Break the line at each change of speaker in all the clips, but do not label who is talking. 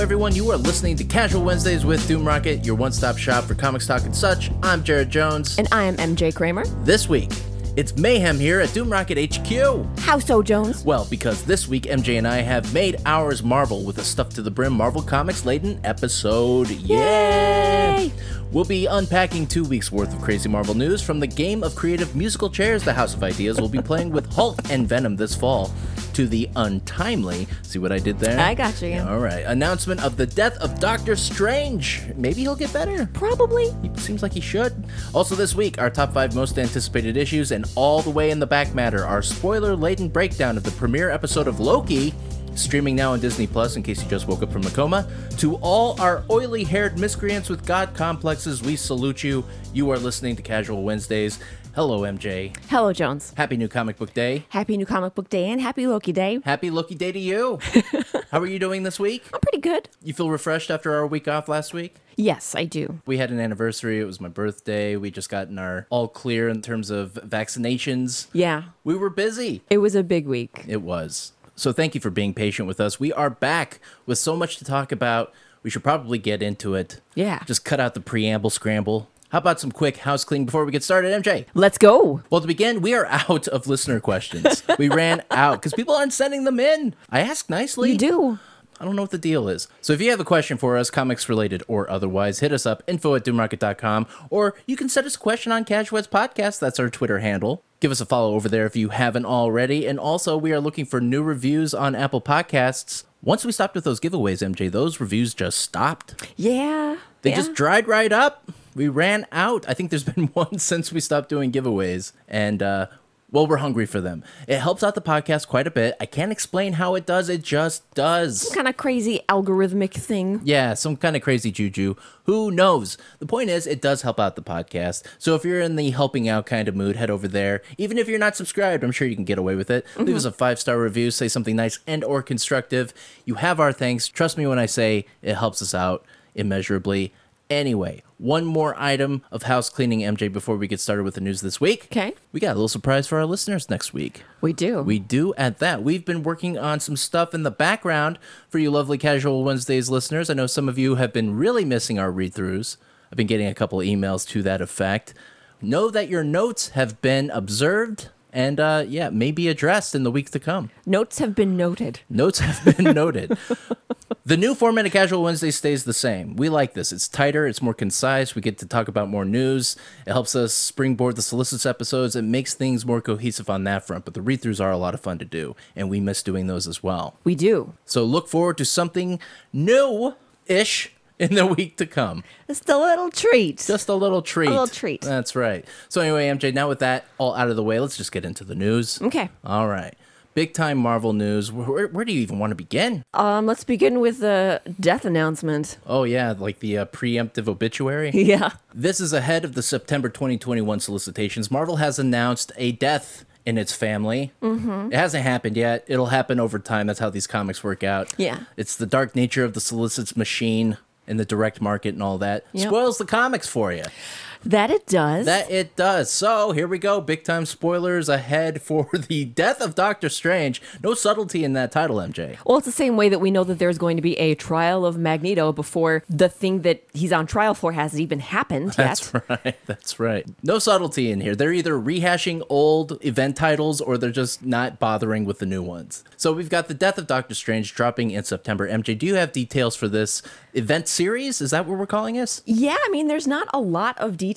everyone. You are listening to Casual Wednesdays with Doom Rocket, your one stop shop for comics talk and such. I'm Jared Jones.
And I am MJ Kramer.
This week, it's mayhem here at Doom Rocket HQ.
How so, Jones?
Well, because this week MJ and I have made ours Marvel with a stuff to the brim Marvel Comics laden episode. Yeah!
Yay!
We'll be unpacking two weeks worth of crazy Marvel news from the game of creative musical chairs the House of Ideas will be playing with Hulk and Venom this fall to the untimely. See what I did there?
I got you.
All right. Announcement of the death of Doctor Strange. Maybe he'll get better.
Probably.
He seems like he should. Also, this week, our top five most anticipated issues, and all the way in the back matter, our spoiler laden breakdown of the premiere episode of Loki, streaming now on Disney Plus in case you just woke up from a coma. To all our oily haired miscreants with God complexes, we salute you. You are listening to Casual Wednesdays. Hello, MJ.
Hello, Jones.
Happy New Comic Book Day.
Happy New Comic Book Day and Happy Loki Day.
Happy Loki Day to you. How are you doing this week?
I'm pretty good.
You feel refreshed after our week off last week?
Yes, I do.
we had an anniversary. It was my birthday. We just gotten our all clear in terms of vaccinations.
Yeah,
We were busy.
it was a big week.
It was. So thank you for being patient with us. We are back with so much to talk about. We should probably get into it.
Yeah.
Just cut out the preamble scramble. How about some quick house clean before we get started, MJ?
Let's go.
Well, to begin, we are out of listener questions. we ran out because people aren't sending them in. I asked nicely.
You do.
I don't know what the deal is. So if you have a question for us, comics related or otherwise, hit us up, info at doomrocket.com, or you can send us a question on Casuets Podcast. That's our Twitter handle. Give us a follow over there if you haven't already. And also, we are looking for new reviews on Apple Podcasts. Once we stopped with those giveaways, MJ, those reviews just stopped.
Yeah.
They
yeah.
just dried right up. We ran out. I think there's been one since we stopped doing giveaways. And, uh, well, we're hungry for them. It helps out the podcast quite a bit. I can't explain how it does. It just does.
kind of crazy algorithmic thing.
Yeah, some kind of crazy juju. Who knows? The point is, it does help out the podcast. So if you're in the helping out kind of mood, head over there. Even if you're not subscribed, I'm sure you can get away with it. Leave us a five star review, say something nice and or constructive. You have our thanks. Trust me when I say it helps us out immeasurably. Anyway, one more item of house cleaning, MJ, before we get started with the news this week.
Okay.
We got a little surprise for our listeners next week.
We do.
We do at that. We've been working on some stuff in the background for you lovely Casual Wednesdays listeners. I know some of you have been really missing our read throughs. I've been getting a couple emails to that effect. Know that your notes have been observed and, uh, yeah, may be addressed in the week to come.
Notes have been noted.
Notes have been noted. the new format of Casual Wednesday stays the same. We like this. It's tighter, it's more concise. We get to talk about more news. It helps us springboard the solicits episodes. It makes things more cohesive on that front. But the read throughs are a lot of fun to do, and we miss doing those as well.
We do.
So look forward to something new ish in the week to come.
Just a little treat.
Just a little treat. A
little treat.
That's right. So, anyway, MJ, now with that all out of the way, let's just get into the news.
Okay.
All right. Big time Marvel news. Where, where, where do you even want to begin?
um, let's begin with the death announcement.
Oh, yeah, like the uh, preemptive obituary.
Yeah.
this is ahead of the September 2021 solicitations. Marvel has announced a death in its family. Mm-hmm. It hasn't happened yet. It'll happen over time. That's how these comics work out.
Yeah.
It's the dark nature of the solicits machine and the direct market and all that.
Yep.
Spoils the comics for you.
That it does.
That it does. So here we go. Big time spoilers ahead for the death of Doctor Strange. No subtlety in that title, MJ.
Well, it's the same way that we know that there's going to be a trial of Magneto before the thing that he's on trial for hasn't even happened
That's
yet.
right. That's right. No subtlety in here. They're either rehashing old event titles or they're just not bothering with the new ones. So we've got the death of Doctor Strange dropping in September. MJ, do you have details for this event series? Is that what we're calling this?
Yeah, I mean, there's not a lot of details.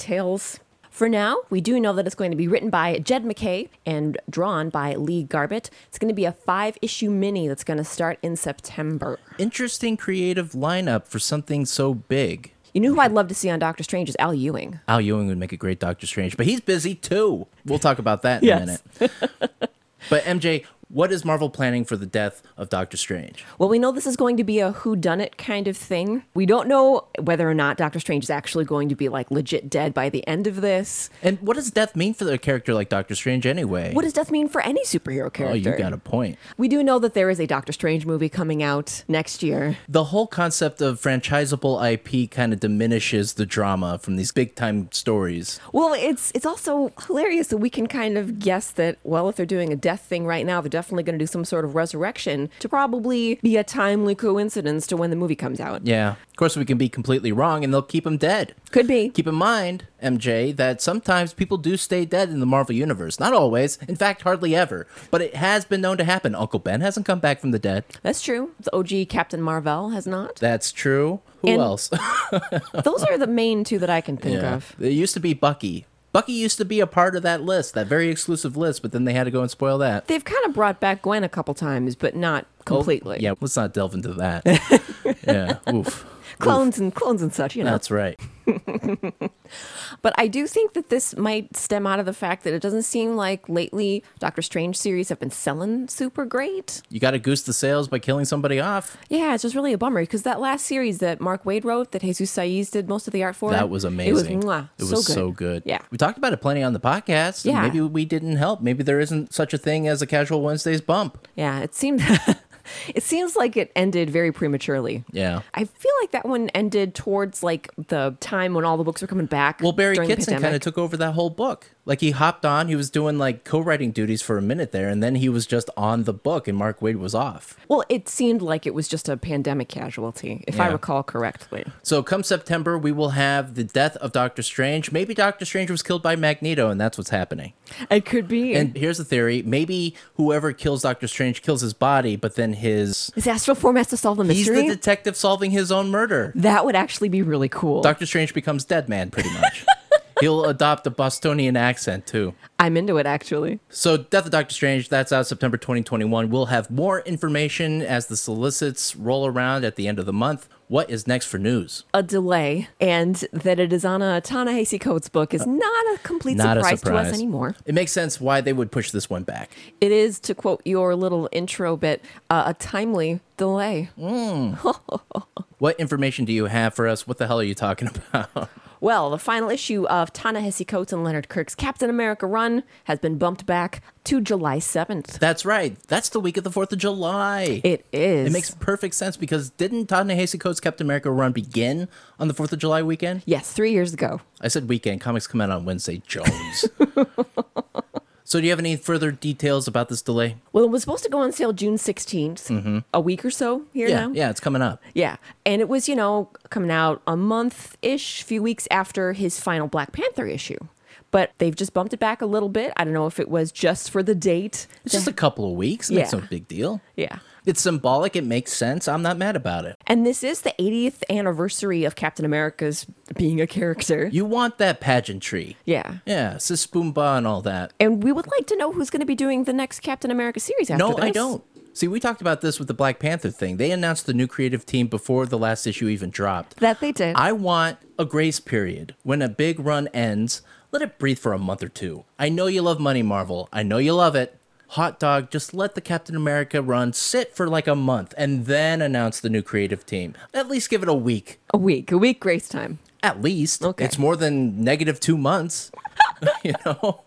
For now, we do know that it's going to be written by Jed McKay and drawn by Lee Garbett. It's going to be a five issue mini that's going to start in September.
Interesting creative lineup for something so big.
You know who I'd love to see on Doctor Strange is Al Ewing.
Al Ewing would make a great Doctor Strange, but he's busy too. We'll talk about that in
Yes.
a minute. but MJ, what is Marvel planning for the death of Doctor Strange?
Well, we know this is going to be a whodunit kind of thing. We don't know whether or not Doctor Strange is actually going to be like legit dead by the end of this.
And what does death mean for a character like Doctor Strange anyway?
What does death mean for any superhero character?
oh, you got a point.
We do know that there is a Doctor Strange movie coming out next year.
The whole concept of franchisable IP kind of diminishes the drama from these big time stories.
Well, it's it's also hilarious that we can kind of guess that well, if they're doing a death thing right now, they're definitely going to do some sort of resurrection to probably be a timely coincidence to when the movie comes out.
Yeah. Of course, we can be completely wrong and they'll keep him dead.
Could be.
Keep in mind, MJ, that sometimes people do stay dead in the Marvel Universe. Not always. In fact, hardly ever. But it has been known to happen. Uncle Ben hasn't come back from the dead.
That's true. The OG Captain Marvel has not.
That's true. Who
And-
else?
Those are the main two that I can think
Yeah.
of.
It used to be Bucky. Bucky used to be a part of that list, that very exclusive list, but then they had to go and spoil that.
They've kind of brought back Gwen a couple times, but not completely.
Oh, Yeah, let's not delve into that. yeah. Oof.
Clones and clones and such, you know.
That's right.
But I do think that this might stem out of the fact that it doesn't seem like lately Doctor Strange series have been selling super great.
You got to goose the sales by killing somebody off.
Yeah, it's just really a bummer because that last series that Mark Wade wrote, that Jesus Saiz did most of the art for,
That was
It
amazing.
was, mwah,
It was
so, good.
so good.
Yeah.
We talked about it plenty on the podcast. and
Yeah.
Maybe we didn't help. Maybe there isn't such a thing as a casual Wednesdays bump.
Yeah, it seemed it seems like it ended very prematurely.
Yeah.
I feel like that one ended towards like the time when all the books were coming back.
Well, Barry
during the
Kitson kind
pandemic.
of took over that whole book. Like he hopped on, he was doing like co-writing duties for a minute there, and then he was just on the book, and Mark Wade was off.
Well, it seemed like it was just a pandemic casualty, if I
Yeah.
recall correctly.
So come September, we will have the death of Doctor Strange. Maybe Doctor Strange was killed by Magneto, and that's what's happening.
It could be.
And here's the theory: maybe whoever kills Doctor Strange kills his body, but then his
Is Astral Form has to solve the
he's
mystery?
the detective solving his own murder.
that would actually be really cool.
Doctor Strange becomes Dead Man, pretty much. He'll adopt a Bostonian accent too.
I'm into it, actually.
So, Death of Doctor Strange, that's out September 2021. We'll have more information as the solicits roll around at the end of the month. What is next for news?
A delay, and that it is on a Ta-Nehisi Coates book is not a complete
Uh, Not
surprise,
a surprise
to us anymore.
It makes sense why they would push this one back.
It is, to quote your little intro bit, uh, a timely delay.
What information do you have for us? What the hell are you talking about?
Well, the final issue of Ta-Nehisi Coates and Leonard Kirk's Captain America run has been bumped back to July 7th.
That's right. That's the week of the 4th of July.
It is.
It makes perfect sense because didn't Todd Nehisi Coates' Captain America run begin on the 4th of July weekend?
Yes, three years ago.
I said weekend. Comics come out on Wednesday, Jones. so, do you have any further details about this delay?
Well, it was supposed to go on sale June 16th, a week or so here
Mm-hmm. Yeah,
now.
yeah, it's coming up.
Yeah. And it was, you know, coming out a month ish, few weeks after his final Black Panther issue. But they've just bumped it back a little bit. I don't know if it was just for the date.
It's just a couple of weeks. It's
Yeah.
no big deal.
Yeah.
It's symbolic. It makes sense. I'm not mad about it.
And this is the 80th anniversary of Captain America's being a character.
You want that pageantry.
Yeah.
Yeah, sis boom ba and all that.
And we would like to know who's going to be doing the next Captain America series after
No,
this.
I don't. See, we talked about this with the Black Panther thing. They announced the new creative team before the last issue even dropped.
That they did.
I want a grace period. When a big run ends, let it breathe for a month or two. I know you love money, Marvel. I know you love it. Hot dog, just let the Captain America run sit for like a month and then announce the new creative team. At least give it a week.
a week, a week grace time.
At least.
Okay.
It's more than negative two months. you know?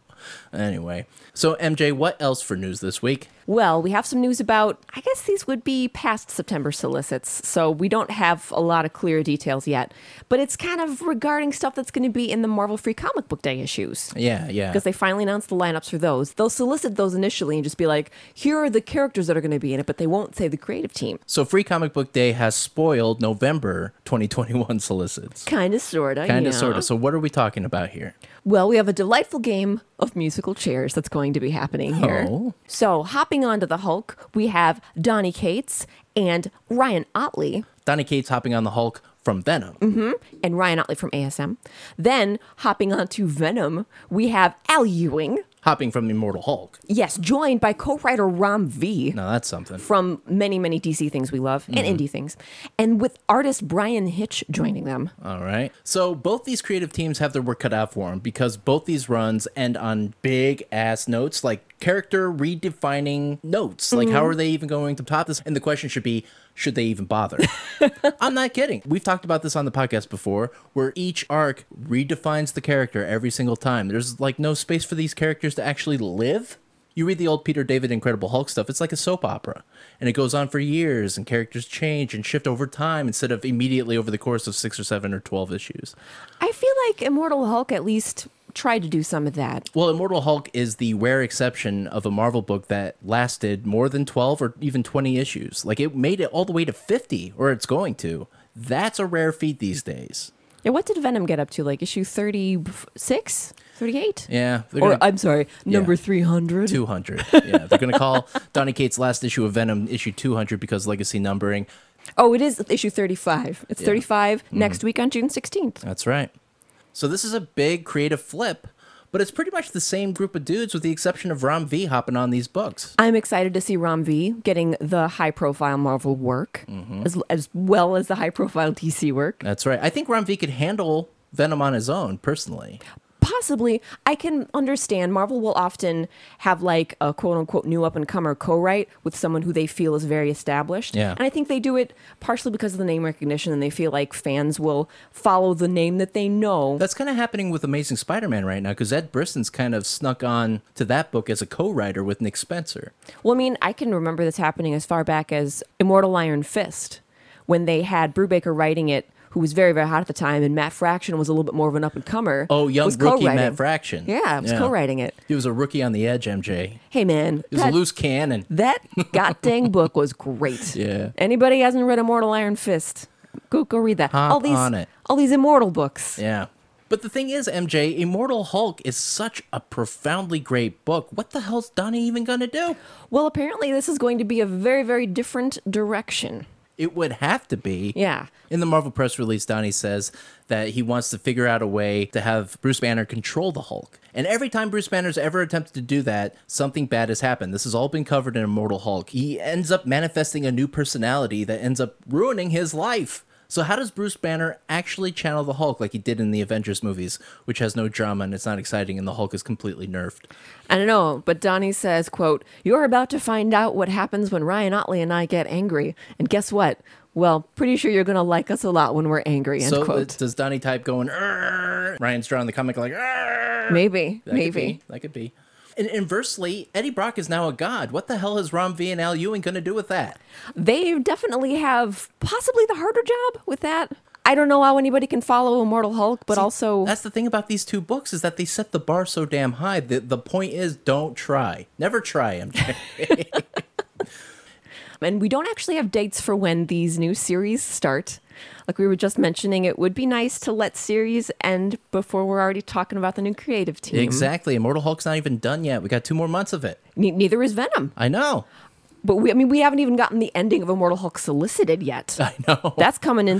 Anyway. So, MJ, what else for news this week?
Well, we have some news about, I guess these would be past September solicits, so we don't have a lot of clear details yet. But it's kind of regarding stuff that's going to be in the Marvel Free Comic Book Day issues.
Yeah, yeah.
Because they finally announced the lineups for those. They'll solicit those initially and just be like, here are the characters that are going to be in it, but they won't say the creative team.
So, Free Comic Book Day has spoiled November 2021 solicits.
Kind of, sort of.
Kind of, sort of. So, what are we talking about here?
Well, we have a delightful game of musical chairs that's going to be happening here.
Oh.
So, hopping onto the Hulk, we have Donnie Cates and Ryan Otley.
Donny Cates hopping on the Hulk from Venom.
and Ryan Otley from ASM. Then hopping on to Venom, we have Al Ewing,
Hopping from Immortal Hulk.
yes, joined by co-writer Rom V
Now, that's something.
from many, many DC things we love
Mm-hmm.
and indie things, and with artist Brian Hitch joining them.
All right. So, both these creative teams have their work cut out for them because both these runs end on big ass notes, like character redefining notes. Like, how are they even going to top this? And the question should be should they even bother? I'm not kidding. We've talked about this on the podcast before, where each arc redefines the character every single time. There's like no space for these characters to actually live. You read the old Peter David Incredible Hulk stuff, it's like a soap opera. And it goes on for years, and characters change and shift over time instead of immediately over the course of six or seven or 12 issues.
I feel like Immortal Hulk at least tried to do some of that.
Well, Immortal Hulk is the rare exception of a Marvel book that lasted more than 12 or even 20 issues. Like it made it all the way to 50, or it's going to. That's a rare feat these days.
Yeah, what did Venom get up to? Like issue 36, 38?
Yeah. they're
Or
gonna-
I'm sorry, number
Yeah.
300.
200. Yeah, they're going to call Donny Cates' last issue of Venom issue 200 because legacy numbering.
Oh, it is issue 35. It's 35
Mm-hmm.
next week on June 16th.
That's right. So this is a big creative flip, but it's pretty much the same group of dudes with the exception of Rom V hopping on these books.
I'm excited to see Ram V getting the high profile Marvel work as, as well as the high profile DC work.
That's right. I think Rom V could handle Venom on his own personally.
Possibly, I can understand Marvel will often have like a quote unquote new up and comer co write with someone who they feel is very established.
Yeah.
And I think they do it partially because of the name recognition and they feel like fans will follow the name that they know.
That's kind of happening with Amazing Spider-Man right now because Ed Brisson's kind of snuck on to that book as a co-writer with Nick Spencer.
Well, I mean, I can remember this happening as far back as Immortal Iron Fist when they had Brubaker writing it, who was very, very hot at the time, and Matt Fraction was a little bit more of an up and comer.
Oh, young
was
rookie
co-writing.
Matt Fraction.
Yeah, was co-writing it.
He was a rookie on the edge, MJ.
Hey, man.
He was
that-
a loose cannon.
That god dang book was great.
Yeah.
Anybody hasn't read Immortal Iron Fist? Go go read that.
Hop
all these
on it.
all these immortal books.
Yeah. But the thing is, MJ, Immortal Hulk is such a profoundly great book. What the hell's Donnie even going to do?
Well, apparently this is going to be a very very different direction.
It would have to be.
Yeah.
In the Marvel press release, Donnie says that he wants to figure out a way to have Bruce Banner control the Hulk. And every time Bruce Banner's ever attempted to do that, something bad has happened. This has all been covered in Immortal Hulk. He ends up manifesting a new personality that ends up ruining his life. So, how does Bruce Banner actually channel the Hulk like he did in the Avengers movies, which has no drama and it's not exciting and the Hulk is completely nerfed?
I don't know, but Donnie says, quote, You're about to find out what happens when Ryan Otley and I get angry. And guess what? Well, pretty sure you're gonna like us a lot when we're angry, end
so,
quote.
does Donnie type going, "Arr!" Ryan's drawing the comic like, "Arr!"
maybe,
That could
maybe.
be. that could be. And inversely, Eddie Brock is now a god. What the hell is Rom V and Al Ewing going to do with that?
They definitely have possibly the harder job with that. I don't know how anybody can follow Immortal Hulk, but also
That's the thing about these two books is that they set the bar so damn high. The the point is, don't try. Never try, MJ.
And we don't actually have dates for when these new series start. Like we were just mentioning, it would be nice to let series end before we're already talking about the new creative team.
exactly. Immortal Hulk's not even done yet. We got two more months of it.
Ne- neither is Venom.
I know.
But we, I mean, we haven't even gotten the ending of Immortal Hulk solicited yet.
I know.
That's coming in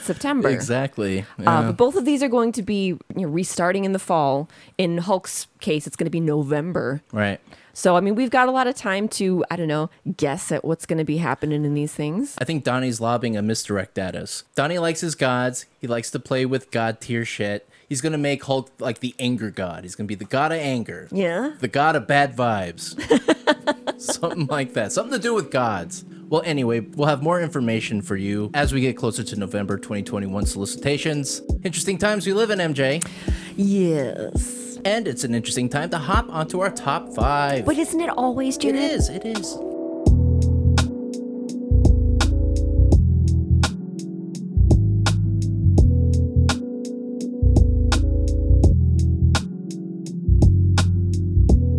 September.
exactly.
Uh,
Yeah.
but both of these are going to be you know, restarting in the fall. In Hulk's case, it's going to be November.
right.
So, I mean, we've got a lot of time to, I don't know, guess at what's going to be happening in these things.
I think Donnie's lobbing a misdirect at us. Donnie likes his gods. He likes to play with god tier shit. He's gonna make Hulk like the anger god. He's gonna be the god of anger.
Yeah.
The god of bad vibes. Something like that. Something to do with gods. Well, anyway, we'll have more information for you as we get closer to November 2021 solicitations. Interesting times we live in, MJ.
Yes.
And it's an interesting time to hop onto our top five.
But isn't it always,
it
Janet?
is, it is.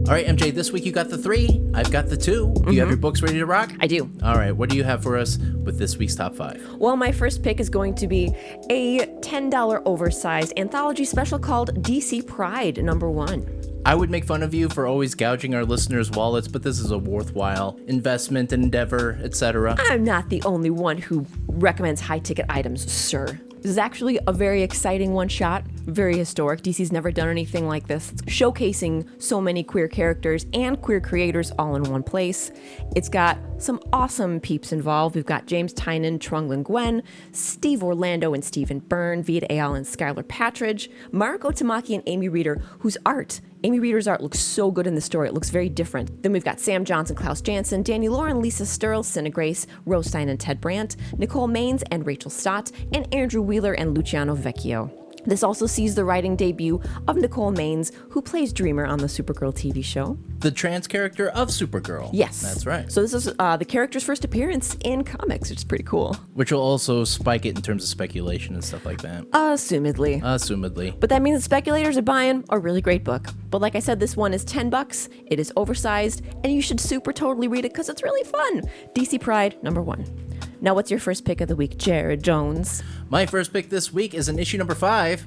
All right, MJ, this week you got the three. I've got the 2 You have your books ready to rock?
Mm-hmm. I do.
All right, what do you have for us with this week's top five?
Well, my first pick is going to be a $10 oversized anthology special called DC Pride number one.
I would make fun of you for always gouging our listeners' wallets, but this is a worthwhile investment, endeavor, etc.
I'm not the only one who recommends high ticket items, sir. This is actually a very exciting one shot, very historic. DC's never done anything like this, It's showcasing so many queer characters and queer creators all in one place. It's got some awesome peeps involved. We've got James Tynan, Trunglin Gwen, Steve Orlando and Stephen Byrne, Vita Ayal and Skylar Patridge, Marco Tamaki and Amy Reeder, whose art Amy Reader's art looks so good in the story. It looks very different. Then we've got Sam Johnson, Klaus Janson, Danny Lauren, Lisa Stirl, Cinna Grace, Rose Stein and Ted Brandt, Nicole Maines and Rachel Stott, and Andrew Wheeler and Luciano Vecchio. This also sees the writing debut of Nicole Maines, who plays Dreamer on the Supergirl TV show.
The trans character of Supergirl.
Yes.
That's right.
So this is uh, the character's first appearance in comics, which is pretty cool.
Which will also spike it in terms of speculation and stuff like that.
Assumedly.
Assumedly.
Uh, But that means that speculators are buying a really great book. But like I said, this one is 10 bucks. It is oversized, and you should super totally read it because it's really fun. DC Pride, number one. Now, what's your first pick of the week, Jared Jones?
My first pick this week is an issue number five.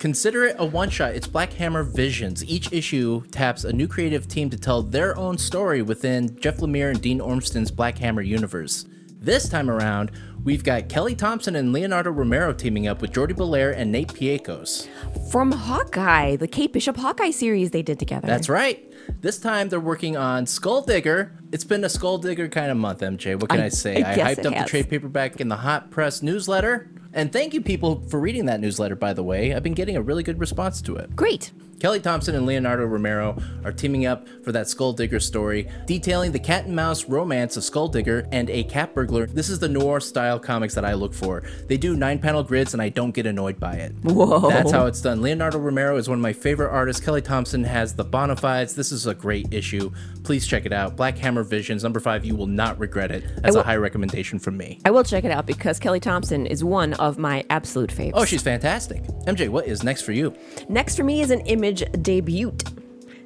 Consider it a one shot. It's Black Hammer Visions. Each issue taps a new creative team to tell their own story within Jeff Lemire and Dean Ormston's Black Hammer universe. This time around, we've got Kelly Thompson and Leonardo Romero teaming up with Jordi Belair and Nate Piecos.
From Hawkeye, the Kate Bishop Hawkeye series they did together.
That's right. This time they're working on Skull Digger. It's been a Skull Digger kind of month, MJ. What can
I-
I, say?
I
I,
guess
hyped
it
up
has.
the trade paperback in the Hot Press newsletter. And thank you, people, for reading that newsletter, by the way. I've been getting a really good response to it.
Great.
Kelly Thompson and Leonardo Romero are teaming up for that Skull Digger story, detailing the cat and mouse romance of Skull Digger and a cat burglar. This is the noir style comics that I look for. They do nine panel grids, and I don't get annoyed by it.
Whoa.
That's how it's done. Leonardo Romero is one of my favorite artists. Kelly Thompson has the bona fides. This is a great issue. Please check it out. Black Hammer Visions, number five. You will not regret it. That's
will-
a high recommendation from me.
I will check it out because Kelly Thompson is one of my absolute faves.
Oh, she's fantastic. MJ, what is next for you?
Next for me is an image debut.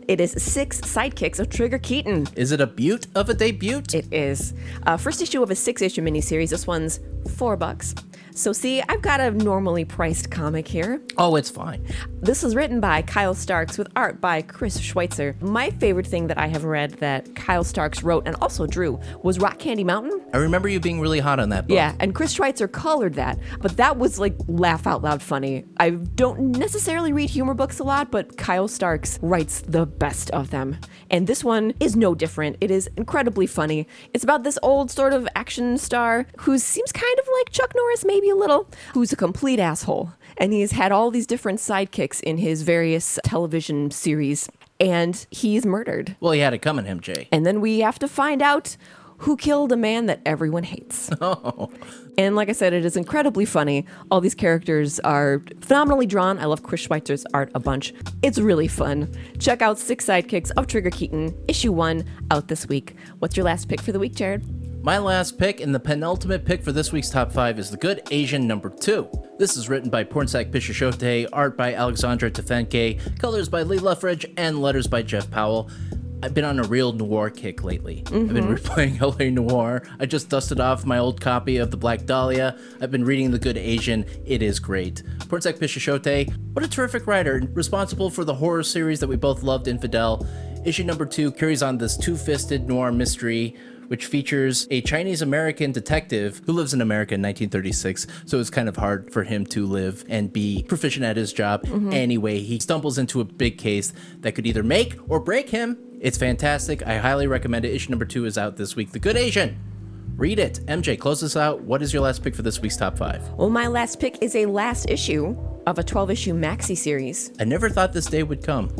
It is Six Sidekicks of Trigger Keaton.
Is it a butte of a debut?
It is. Uh, first issue of a six issue miniseries. This one's four bucks. So, see, I've got a normally priced comic here.
Oh, it's fine.
This is written by Kyle Starks with art by Chris Schweitzer. My favorite thing that I have read that Kyle Starks wrote and also drew was Rock Candy Mountain.
I remember you being really hot on that book.
Yeah, and Chris Schweitzer colored that, but that was like laugh out loud funny. I don't necessarily read humor books a lot, but Kyle Starks writes the best of them. And this one is no different. It is incredibly funny. It's about this old sort of action star who seems kind of like Chuck Norris, maybe a little, who's a complete asshole. And he's had all these different sidekicks in his various television series, and he's murdered.
Well, he had it coming, MJ.
And then we have to find out who killed a man that everyone hates.
Oh.
And like I said, it is incredibly funny. All these characters are phenomenally drawn. I love Chris Schweitzer's art a bunch. It's really fun. Check out Six Sidekicks of Trigger Keaton, issue one, out this week. What's your last pick for the week, Jared?
My last pick and the penultimate pick for this week's top five is The Good Asian number two. This is written by Pornsack Pishishote, art by Alexandra Tefenke, colors by Lee Luffridge, and letters by Jeff Powell. I've been on a real noir kick lately. I've been replaying LA Noir. I just dusted off my old copy of The Black Dahlia. I've been reading The Good Asian. It is great. Pornsack Pishishote, what a terrific writer, responsible for the horror series that we both loved, Infidel. Issue number two carries on this two fisted noir mystery which features a Chinese American detective who lives in America in 1936. So it's kind of hard for him to live and be proficient at his job.
Mm-hmm.
Anyway, he stumbles into a big case that could either make or break him. It's fantastic. I highly recommend it. Issue number two is out this week. The Good Asian. Read it. MJ, close this out. What is your last pick for this week's top five?
Well, my last pick is a last issue of a 12 issue maxi series.
I never thought this day would come.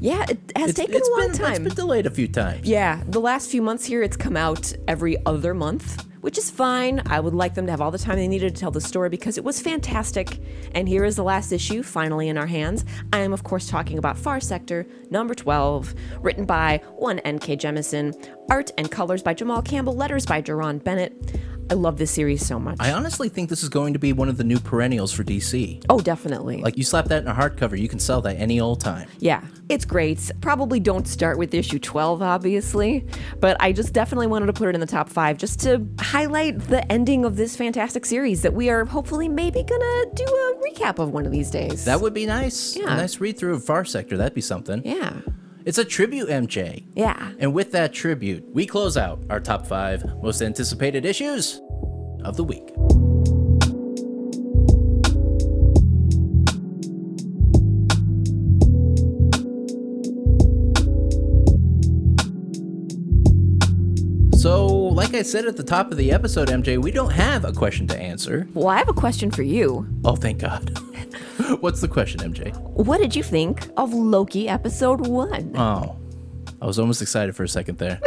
Yeah, it has taken
it's
a long
been, It's
time.
been delayed a few times.
Yeah, the last few months here, it's come out every other month, which is fine. I would like them to have all the time they needed to tell the story because it was fantastic. And here is the last issue, finally in our hands. I am, of course, talking about Far Sector number 12, written by one N.K. Jemison, art and colors by Jamal Campbell, letters by Jerron Bennett. I love this series so much.
I honestly think this is going to be one of the new perennials for DC.
oh, definitely.
Like you slap that in a hardcover, you can sell that any old time.
Yeah, it's great. Probably don't start with issue 12, obviously, but I just definitely wanted to put it in the top five just to highlight the ending of this fantastic series that we are hopefully maybe gonna do a recap of one of these days.
That would be nice.
Yeah.
A nice read through of Far Sector. That'd be something.
yeah,
It's a tribute, MJ.
yeah.
And with that tribute, we close out our top five most anticipated issues of the week. So, like I said at the top of the episode, MJ, we don't have a question to answer.
Well, I have a question for you.
Oh, thank God. What's the question, MJ?
What did you think of Loki episode one?
Oh, I was almost excited for a second there.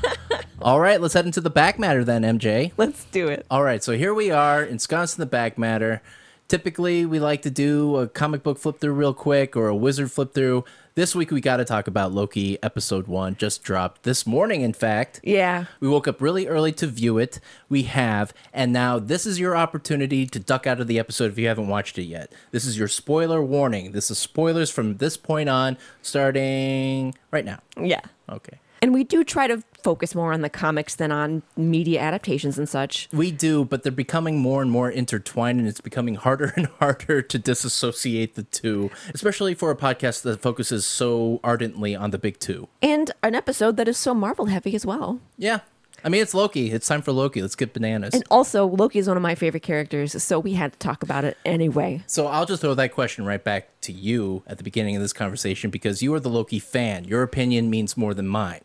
All right, let's head into the back matter then, MJ.
Let's do it.
All right, so here we are, ensconced in the back matter. Typically, we like to do a comic book flip through real quick or a wizard flip through. This week, we got to talk about Loki episode one, just dropped this morning, in fact.
Yeah.
We woke up really early to view it. We have, and now this is your opportunity to duck out of the episode if you haven't watched it yet. This is your spoiler warning. This is spoilers from this point on, starting right now.
Yeah.
Okay.
And we do try to focus more on the comics than on media adaptations and such.
We do, but they're becoming more and more intertwined, and it's becoming harder and harder to disassociate the two, especially for a podcast that focuses so ardently on the big two.
And an episode that is so Marvel heavy as well.
Yeah. I mean, it's Loki. It's time for Loki. Let's get bananas.
And also, Loki is one of my favorite characters, so we had to talk about it anyway.
So I'll just throw that question right back to you at the beginning of this conversation because you are the Loki fan. Your opinion means more than mine.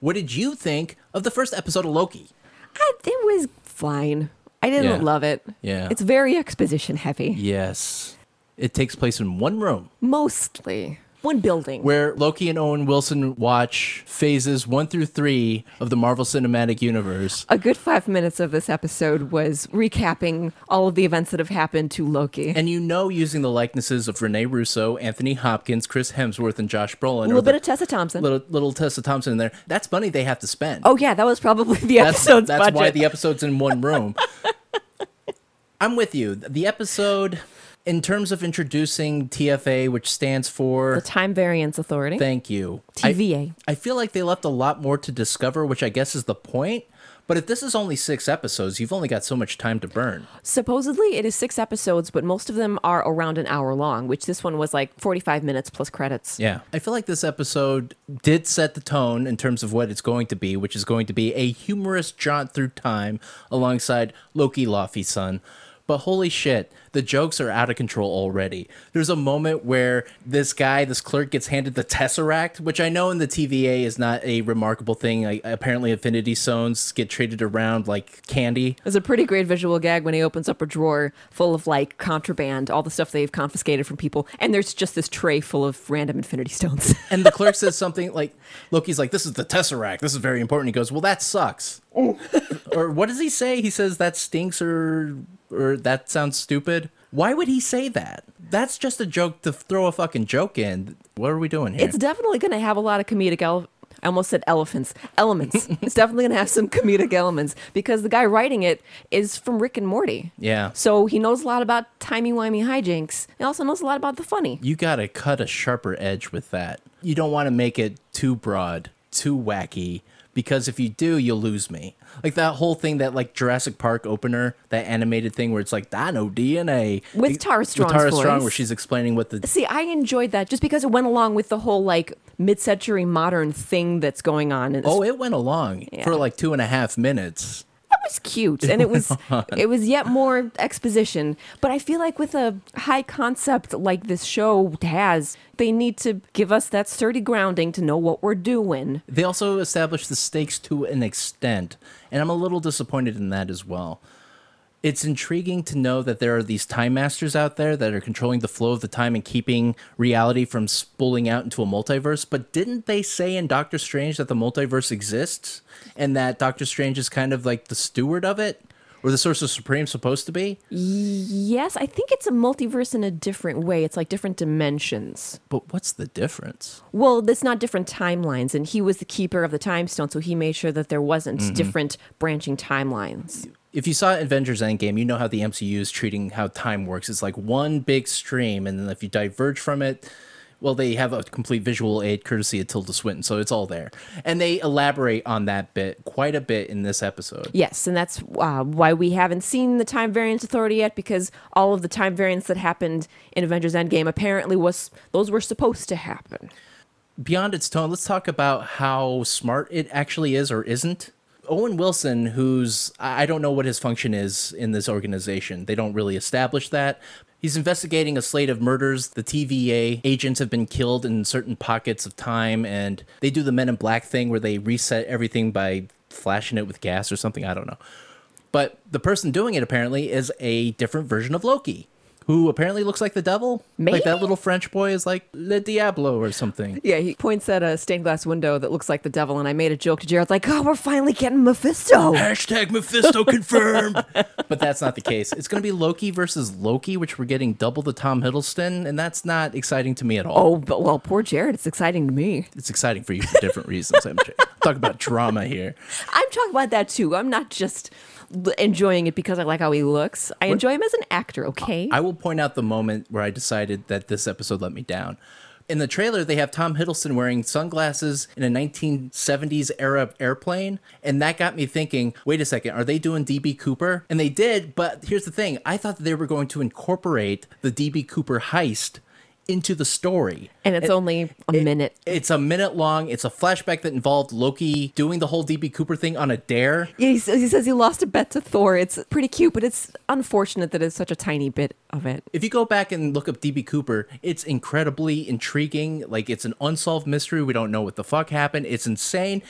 What did you think of the first episode of Loki?
I, it was fine. I didn't
Yeah.
love it.
Yeah.
It's very exposition heavy,
Yes. It takes place in one room
mostly. One building.
where Loki and Owen Wilson watch phases one through three of the Marvel Cinematic Universe.
a good five minutes of this episode was recapping all of the events that have happened to Loki.
And you know, using the likenesses of Rene Russo, Anthony Hopkins, Chris Hemsworth, and Josh Brolin,
a
or
little
the
bit of Tessa Thompson.
little, little Tessa Thompson in there, that's money they have to spend.
oh yeah, that was probably the
that's,
episode's
that's
budget.
why the episode's in one room. I'm with you. The episode, in terms of introducing TFA, which stands for
The Time Variance Authority.
Thank You, I-
TVA.
I feel like they left a lot more to discover, which I guess is the point. But if this is only six episodes, you've only got so much time to burn.
Supposedly it is six episodes, but most of them are around an hour long, which this one was like 45 minutes plus credits.
Yeah. I feel like this episode did set the tone in terms of what it's going to be, which is going to be a humorous jaunt through time alongside Loki Laffy son. But holy shit, the jokes are out of control already. There's a moment where this guy, this clerk, gets handed the Tesseract, which I know in the TVA is not a remarkable thing. Like, apparently, Infinity Stones get traded around like candy.
There's a pretty great visual gag when he opens up a drawer full of like contraband, all the stuff they've confiscated from people, and there's just this tray full of random infinity stones.
And the clerk says something like, Loki's like, this is the Tesseract. This is very important. He goes, well, that sucks. or what does he say? He says, that stinks or, or that sounds stupid. Why would he say that? That's just a joke to throw a fucking joke in. What are we doing here?
it's definitely going to have a lot of comedic ele- I almost said elephants. Elements. it's definitely going to have some comedic elements because the guy writing it is from Rick and Morty.
yeah.
So he knows a lot about timey-wimey hijinks. He also knows a lot about the funny.
You got to cut a sharper edge with that. You don't want to make it too broad, too wacky, because if you do, you'll lose me. Like that whole thing, that like Jurassic Park opener, that animated thing where it's like Dino DNA
With Tara Strong's
Tara Strong,
voice.
where she's explaining what the
See, I enjoyed that just because it went along with the whole like mid-century modern thing that's going on. And
Oh, it went along for like two and a half minutes.
it was cute and it was it was yet more exposition but i feel like with a high concept like this show has they need to give us that sturdy grounding to know what we're doing
They also established the stakes to an extent, and I'm a little disappointed in that as well. It's intriguing to know that there are these time masters out there that are controlling the flow of the time and keeping reality from spooling out into a multiverse. But didn't they say in Doctor Strange that the multiverse exists and that Doctor Strange is kind of like the steward of it or the source of supreme supposed to be?
yes i think it's a multiverse in a different way it's like different dimensions
But what's the difference?
well it's not different timelines and he was the keeper of the time stone so he made sure that there wasn't different branching timelines
if you saw Avengers Endgame, you know how the MCU is treating how time works. It's like one big stream, and then if you diverge from it, well, they have a complete visual aid courtesy of Tilda Swinton, so it's all there. And they elaborate on that bit quite a bit in this episode.
Yes, and that's uh, why we haven't seen the Time Variance Authority yet, because all of the time variance that happened in Avengers Endgame apparently was those were supposed to happen.
Beyond its tone, let's talk about how smart it actually is or isn't. Owen Wilson, who's I I don't know what his function is in this organization, they don't really establish that. He's investigating a slate of murders. The TVA agents have been killed in certain pockets of time, and they do the Men in Black thing where they reset everything by flashing it with gas or something. I don't know. But the person doing it apparently is a different version of Loki. who apparently looks like the devil. Like
Maybe?
that little French boy is like Le Diablo or something.
Yeah, he points at a stained glass window that looks like the devil, and I made a joke to Jared, like, oh, we're finally getting Mephisto.
Hashtag Mephisto confirmed. but that's not the case. It's going to be Loki versus Loki, which we're getting double the Tom Hiddleston, and that's not exciting to me at all.
Oh, but well, poor Jared. It's exciting to me.
It's exciting for you for different reasons. I'm j- talking about drama here.
I'm talking about that too. I'm not just l- enjoying it because I like how he looks. I enjoy him as an actor, okay?
I will point out the moment where I decided that this episode let me down. In the trailer, they have Tom Hiddleston wearing sunglasses in a 1970s era airplane. And that got me thinking wait a second, are they doing DB Cooper? And they did, but here's the thing I thought that they were going to incorporate the DB Cooper heist into the story.
and it's only a minute.
It's a minute long, it's a flashback that involved Loki doing the whole DB Cooper thing on a dare.
Yeah, he says, he says he lost a bet to Thor. It's pretty cute, but it's unfortunate that it's such a tiny bit of it.
If you go back and look up DB Cooper, it's incredibly intriguing. Like it's an unsolved mystery. We don't know what the fuck happened. It's insane.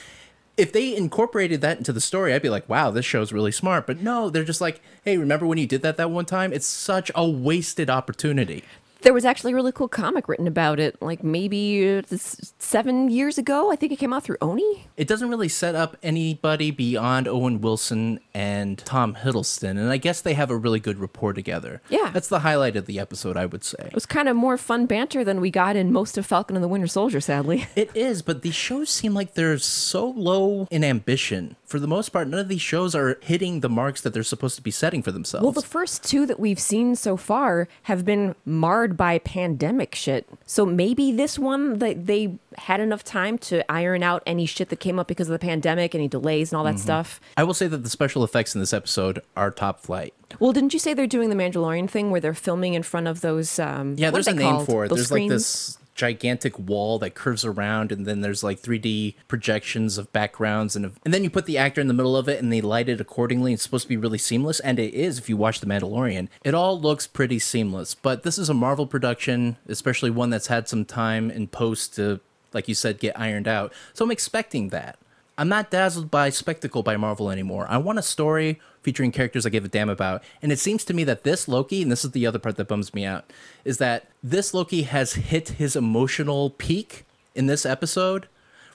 If they incorporated that into the story, I'd be like, wow, this show's really smart. But no, they're just like, hey, remember when you did that that one time? It's such a wasted opportunity.
There was actually a really cool comic written about it, like maybe uh, s- seven years ago. I think it came out through Oni.
It doesn't really set up anybody beyond Owen Wilson and Tom Hiddleston. And I guess they have a really good rapport together.
Yeah.
That's the highlight of the episode, I would say.
It was kind of more fun banter than we got in most of Falcon and the Winter Soldier, sadly.
It is, but these shows seem like they're so low in ambition. For the most part, none of these shows are hitting the marks that they're supposed to be setting for themselves.
Well, the first two that we've seen so far have been marred by pandemic shit. So maybe this one they, they had enough time to iron out any shit that came up because of the pandemic, any delays and all that stuff.
I will say that the special effects in this episode are top flight.
Well, didn't you say they're doing the Mandalorian thing where they're filming in front of those? Um,
Yeah,
what are
there's a
they
name
called?
for it.
Those
There's like
screens?
this gigantic wall that curves around and then there's like 3D projections of backgrounds and of, and then you put the actor in the middle of it and they light it accordingly. It's supposed to be really seamless and it is if you watch The Mandalorian. It all looks pretty seamless, but this is a Marvel production, especially one that's had some time in post to like you said get ironed out. So I'm expecting that. I'm not dazzled by spectacle by Marvel anymore. I want a story featuring characters I give a damn about. And it seems to me that this Loki, and this is the other part that bums me out, is that this Loki has hit his emotional peak in this episode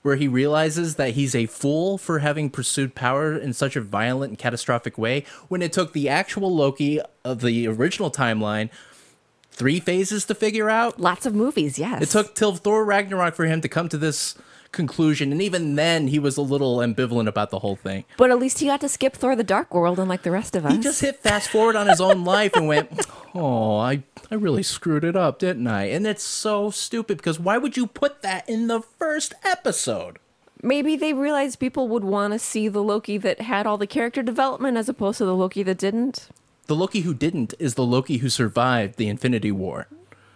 where he realizes that he's a fool for having pursued power in such a violent and catastrophic way when it took the actual Loki of the original timeline three phases to figure out.
Lots of movies, yes.
It took till Thor Ragnarok for him to come to this conclusion, and even then, he was a little ambivalent about the whole thing.
But at least he got to skip Thor the Dark World, unlike the rest of us.
He just hit fast forward on his own life and went, "Oh, I, I really screwed it up, didn't I?" And it's so stupid because why would you put that in the first episode?
Maybe they realized people would want to see the Loki that had all the character development as opposed to the Loki that didn't.
The Loki who didn't is the Loki who survived the Infinity War.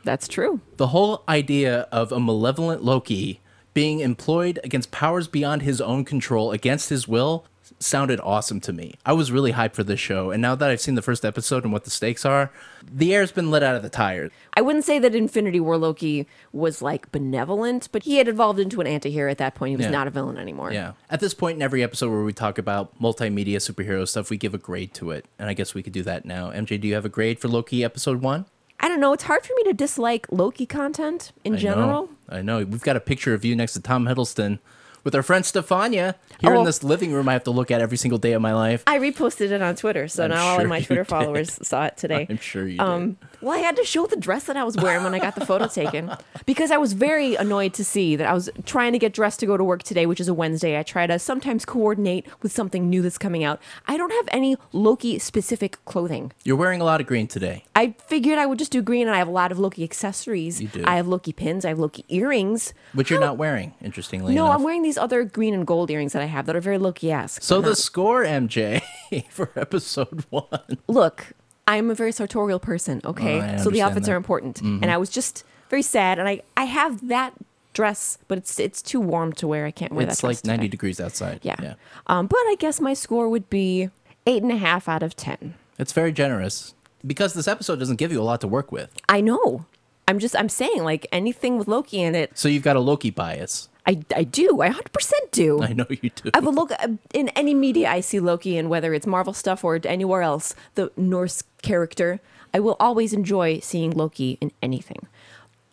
That's true.
The whole idea of a malevolent Loki being employed against powers beyond his own control against his will sounded awesome to me. I was really hyped for this show, and now that I've seen the first episode and what the stakes are, the air's been let out of the tires.
I wouldn't say that Infinity War Loki was like benevolent, but he had evolved into an antihero at that point. He was
Yeah.
not a villain anymore.
Yeah. At this point in every episode where we talk about multimedia superhero stuff, we give a grade to it, and I guess we could do that now. MJ, do you have a grade for Loki episode 1?
I don't know. It's hard for me to dislike Loki content in general.
I know. We've got a picture of you next to Tom Hiddleston with our friend Stefania here
Oh.
in this living room I have to look at every single day of my life.
I reposted it on Twitter, so now all
sure
of my
you
Twitter
did.
followers saw it today.
I'm sure you
Um, well, I had to show the dress that I was wearing when I got the photo taken because I was very annoyed to see that I was trying to get dressed to go to work today, which is a Wednesday. I try to sometimes coordinate with something new that's coming out. I don't have any Loki specific clothing.
You're wearing a lot of green today.
I figured I would just do green, and I have a lot of Loki accessories.
You do.
I have Loki pins, I have Loki earrings.
Which you're not wearing, interestingly
No,
enough.
I'm wearing these other green and gold earrings that I have that are very Loki esque.
so the score, MJ, for episode one.
look, I'm a very sartorial person, okay?
Oh, I
so
understand
the outfits
that. Mm-hmm.
are important. And I was just very sad and I I have that dress, but it's it's too warm to wear. I can't wear
It's
that dress.
like 90
today.
degrees outside.
Yeah. Um, but I guess my score would be eight and a half out of ten.
It's very generous because this episode doesn't give you a lot to work with.
I know. I'm just I'm saying like anything with Loki in it,
So you've got a Loki bias.
I, I do. I 100% do.
I know you do.
I would look uh, in any media I see Loki in, whether it's Marvel stuff or anywhere else, the Norse character. I will always enjoy seeing Loki in anything.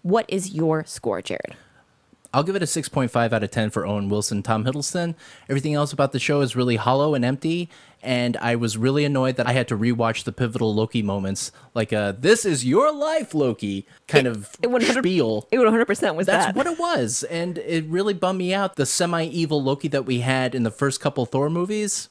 What is your score, Jared?
I'll give it a 6.5 out of 10 for Owen Wilson, Tom Hiddleston. Everything else about the show is really hollow and empty, and I was really annoyed that I had to rewatch the pivotal Loki moments, like a "This is your life, Loki" kind of
it 100
spiel.
It 100% was
That's
that.
what it was, and it really bummed me out. The semi-evil Loki that we had in the first couple Thor movies,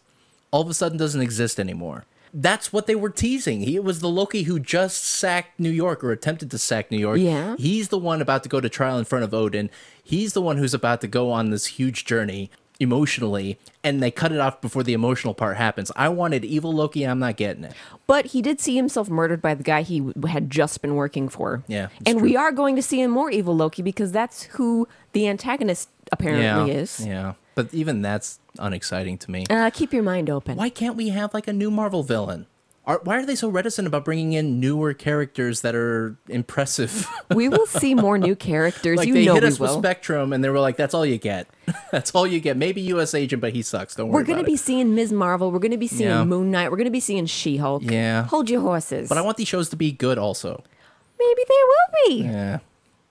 all of a sudden doesn't exist anymore. That's what they were teasing. He was the Loki who just sacked New York or attempted to sack New York.
Yeah.
He's the one about to go to trial in front of Odin. He's the one who's about to go on this huge journey emotionally, and they cut it off before the emotional part happens. I wanted evil Loki, I'm not getting it.
But he did see himself murdered by the guy he w- had just been working for.
Yeah, that's
And we
true.
are going to see him more evil Loki because that's who the antagonist apparently
yeah.
is.
Yeah. But even that's unexciting to me.
Uh, keep your mind open.
why can't we have like a new Marvel villain? Are, why are they so reticent about bringing in newer characters that are impressive?
We will see more new characters.
like
you
they
know
hit
we
us with
will.
Spectrum, and they were like, "That's all you get. That's all you get." Maybe U.S. Agent, but he sucks. Don't worry
We're going to
about
be
it.
seeing Ms. Marvel. We're going to be seeing
Yeah.
Moon Knight. We're going to be seeing She Hulk.
Yeah.
Hold your horses.
But I want these shows to be good, also.
Maybe they will be.
Yeah.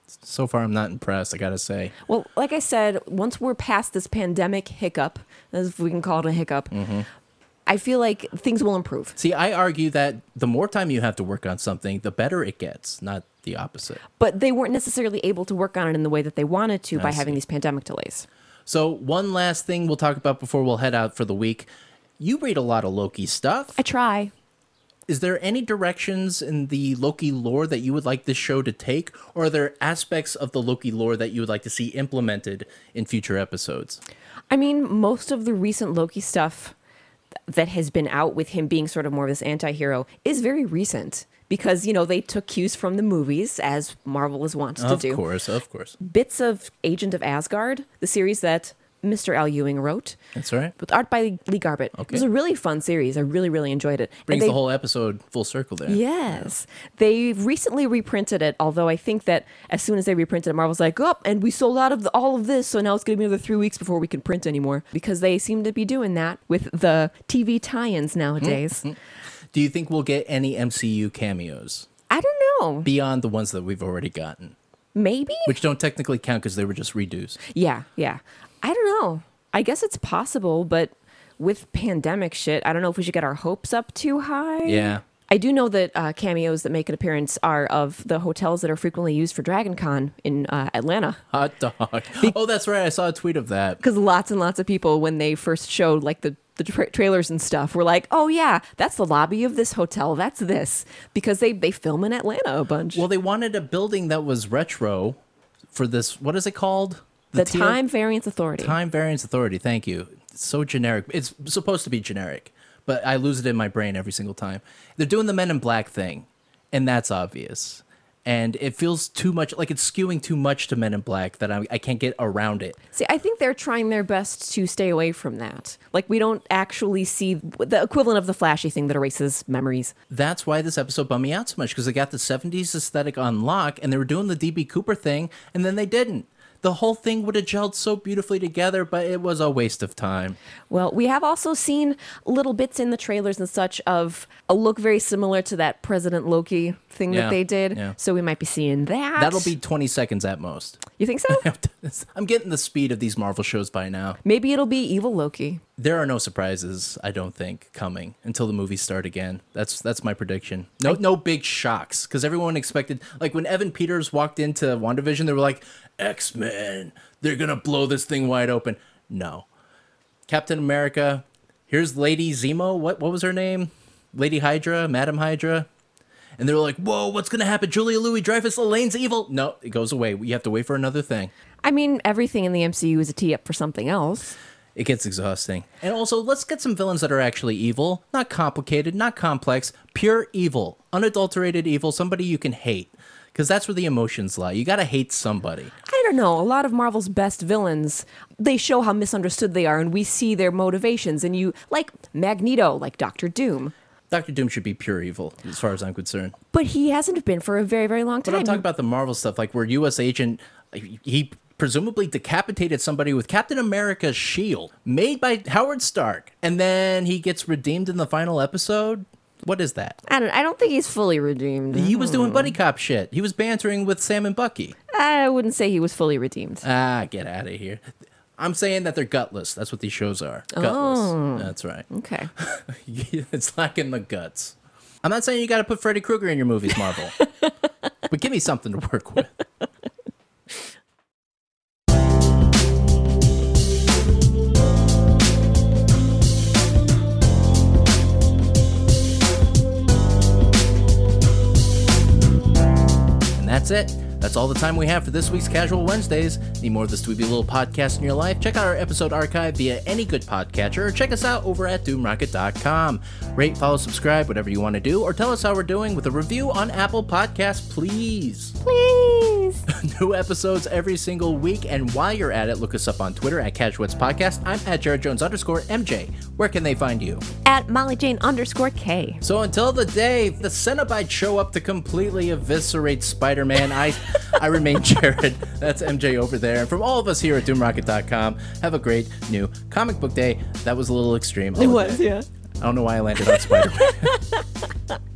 So far, I'm not impressed. I gotta say.
Well, like I said, once we're past this pandemic hiccup, as if we can call it a hiccup,
Mm-hmm.
I feel like things will improve.
See, I argue that the more time you have to work on something, the better it gets, not the opposite.
But they weren't necessarily able to work on it in the way that they wanted to by
see.
having these pandemic delays.
So, one last thing we'll talk about before we'll head out for the week. You read a lot of Loki stuff.
I try.
is there any directions in the Loki lore that you would like this show to take, or are there aspects of the Loki lore that you would like to see implemented in future episodes?
I mean, most of the recent Loki stuff th- that has been out with him being sort of more of this anti hero is very recent because, you know, they took cues from the movies, as Marvel is wont to
of
do.
course, of course.
Bits of Agent of Asgard, the series that Mr. Al Ewing wrote.
That's all right.
with art by Lee Garbett. It was a really fun series. I really, really enjoyed it. And
Brings
they-
the whole episode full circle there.
Yes. They recently reprinted it, although I think that as soon as they reprinted it, Marvel's like, oh, and we sold out of the, all of this, so now it's going to be another three weeks before we can print anymore. Because they seem to be doing that with the TV tie ins
Mm-hmm.
nowadays.
Do you think we'll get any MCU cameos
I don't know.
beyond the ones that we've already gotten,
Maybe?
which don't technically count because they were just reduced?
Yeah, yeah. I don't know. I guess it's possible, but with pandemic shit, I don't know if we should get our hopes up too high.
Yeah.
I do know that uh, cameos that make an appearance are of the hotels that are frequently used for Dragon Con in uh, Atlanta.
Hot dog. oh, that's right. I saw a tweet of that.
Because lots and lots of people, when they first showed like the, the tra- trailers and stuff, were like, oh, yeah, that's the lobby of this hotel. That's this. Because they, they film in Atlanta a bunch.
Well, they wanted a building that was retro for this. What is it called?
the
T-
Time Variance Authority.
Time variance authority. Thank you. It's so generic. It's supposed to be generic, but I lose it in my brain every single time. They're doing the Men in Black thing, and that's obvious. And it feels too much like it's skewing too much to Men in Black that I, I can't get around it.
See, I think they're trying their best to stay away from that. Like, we don't actually see the equivalent of the flashy thing that erases memories.
That's why this episode bummed me out so much because they got the 70s aesthetic on lock and they were doing the DB Cooper thing, and then they didn't. The whole thing would have gelled so beautifully together, but it was a waste of time.
Well, we have also seen little bits in the trailers and such of a look very similar to that President Loki thing
Yeah,
that they did.
yeah.
So we might be seeing that.
That'll be 20 seconds at most.
You think so?
I'm getting the speed of these Marvel shows by now.
Maybe it'll be evil Loki.
there are no surprises i don't think coming until the movies start again that's that's my prediction no no big shocks because everyone expected like when evan peters walked into wandavision they were like x-men they're gonna blow this thing wide open no captain america here's lady zemo what, what was her name lady hydra madam hydra and they were like whoa what's gonna happen julia louis dreyfus elaine's evil no it goes away you have to wait for another thing
I mean, everything in the MCU is a tee up for something else.
it gets exhausting. And also, let's get some villains that are actually evil, not complicated, not complex, pure evil, unadulterated evil, somebody you can hate. Because that's where the emotions lie. You got to hate somebody.
I don't know. A lot of Marvel's best villains, they show how misunderstood they are, and we see their motivations. And you, like Magneto, like Doctor Doom,
Doctor Doom should be pure evil, as far as I'm concerned.
but he hasn't been for a very, very long
But I'm
time.
talking about the Marvel stuff, like where U.S. Agent, he presumably decapitated somebody with Captain America's shield made by Howard Stark, and then he gets redeemed in the final episode. What is that?
I don't. I don't think he's fully redeemed.
He was doing buddy cop shit. He was bantering with Sam and Bucky.
I wouldn't say he was fully redeemed.
Ah, get out of here. I'm saying that they're gutless. That's what these shows are. Gutless. That's right.
Okay.
it's lacking the guts. I'm not saying you got to put Freddy Krueger in your movies, Marvel, but give me something to work with. And that's it. That's all the time we have for this week's Casual Wednesdays. Need more of this dweeby little podcast in your life? Check out our episode archive via any good podcatcher or check us out over at doomrocket.com. Rate, follow, subscribe, whatever you want to do, or tell us how we're doing with a review on Apple Podcasts, please.
Please.
New episodes every single week, and while you're at it, look us up on Twitter at Casuets Podcast. I'm at Jared Jones underscore MJ. Where can they find you?
At Molly Jane underscore K.
So until the day the Cenobites show up to completely eviscerate Spider-Man, I I remain Jared. That's MJ over there. And from all of us here at DoomRocket.com, have a great new comic book day. That was a little extreme. I'll admit.
yeah.
I don't know why I landed on Spider-Man.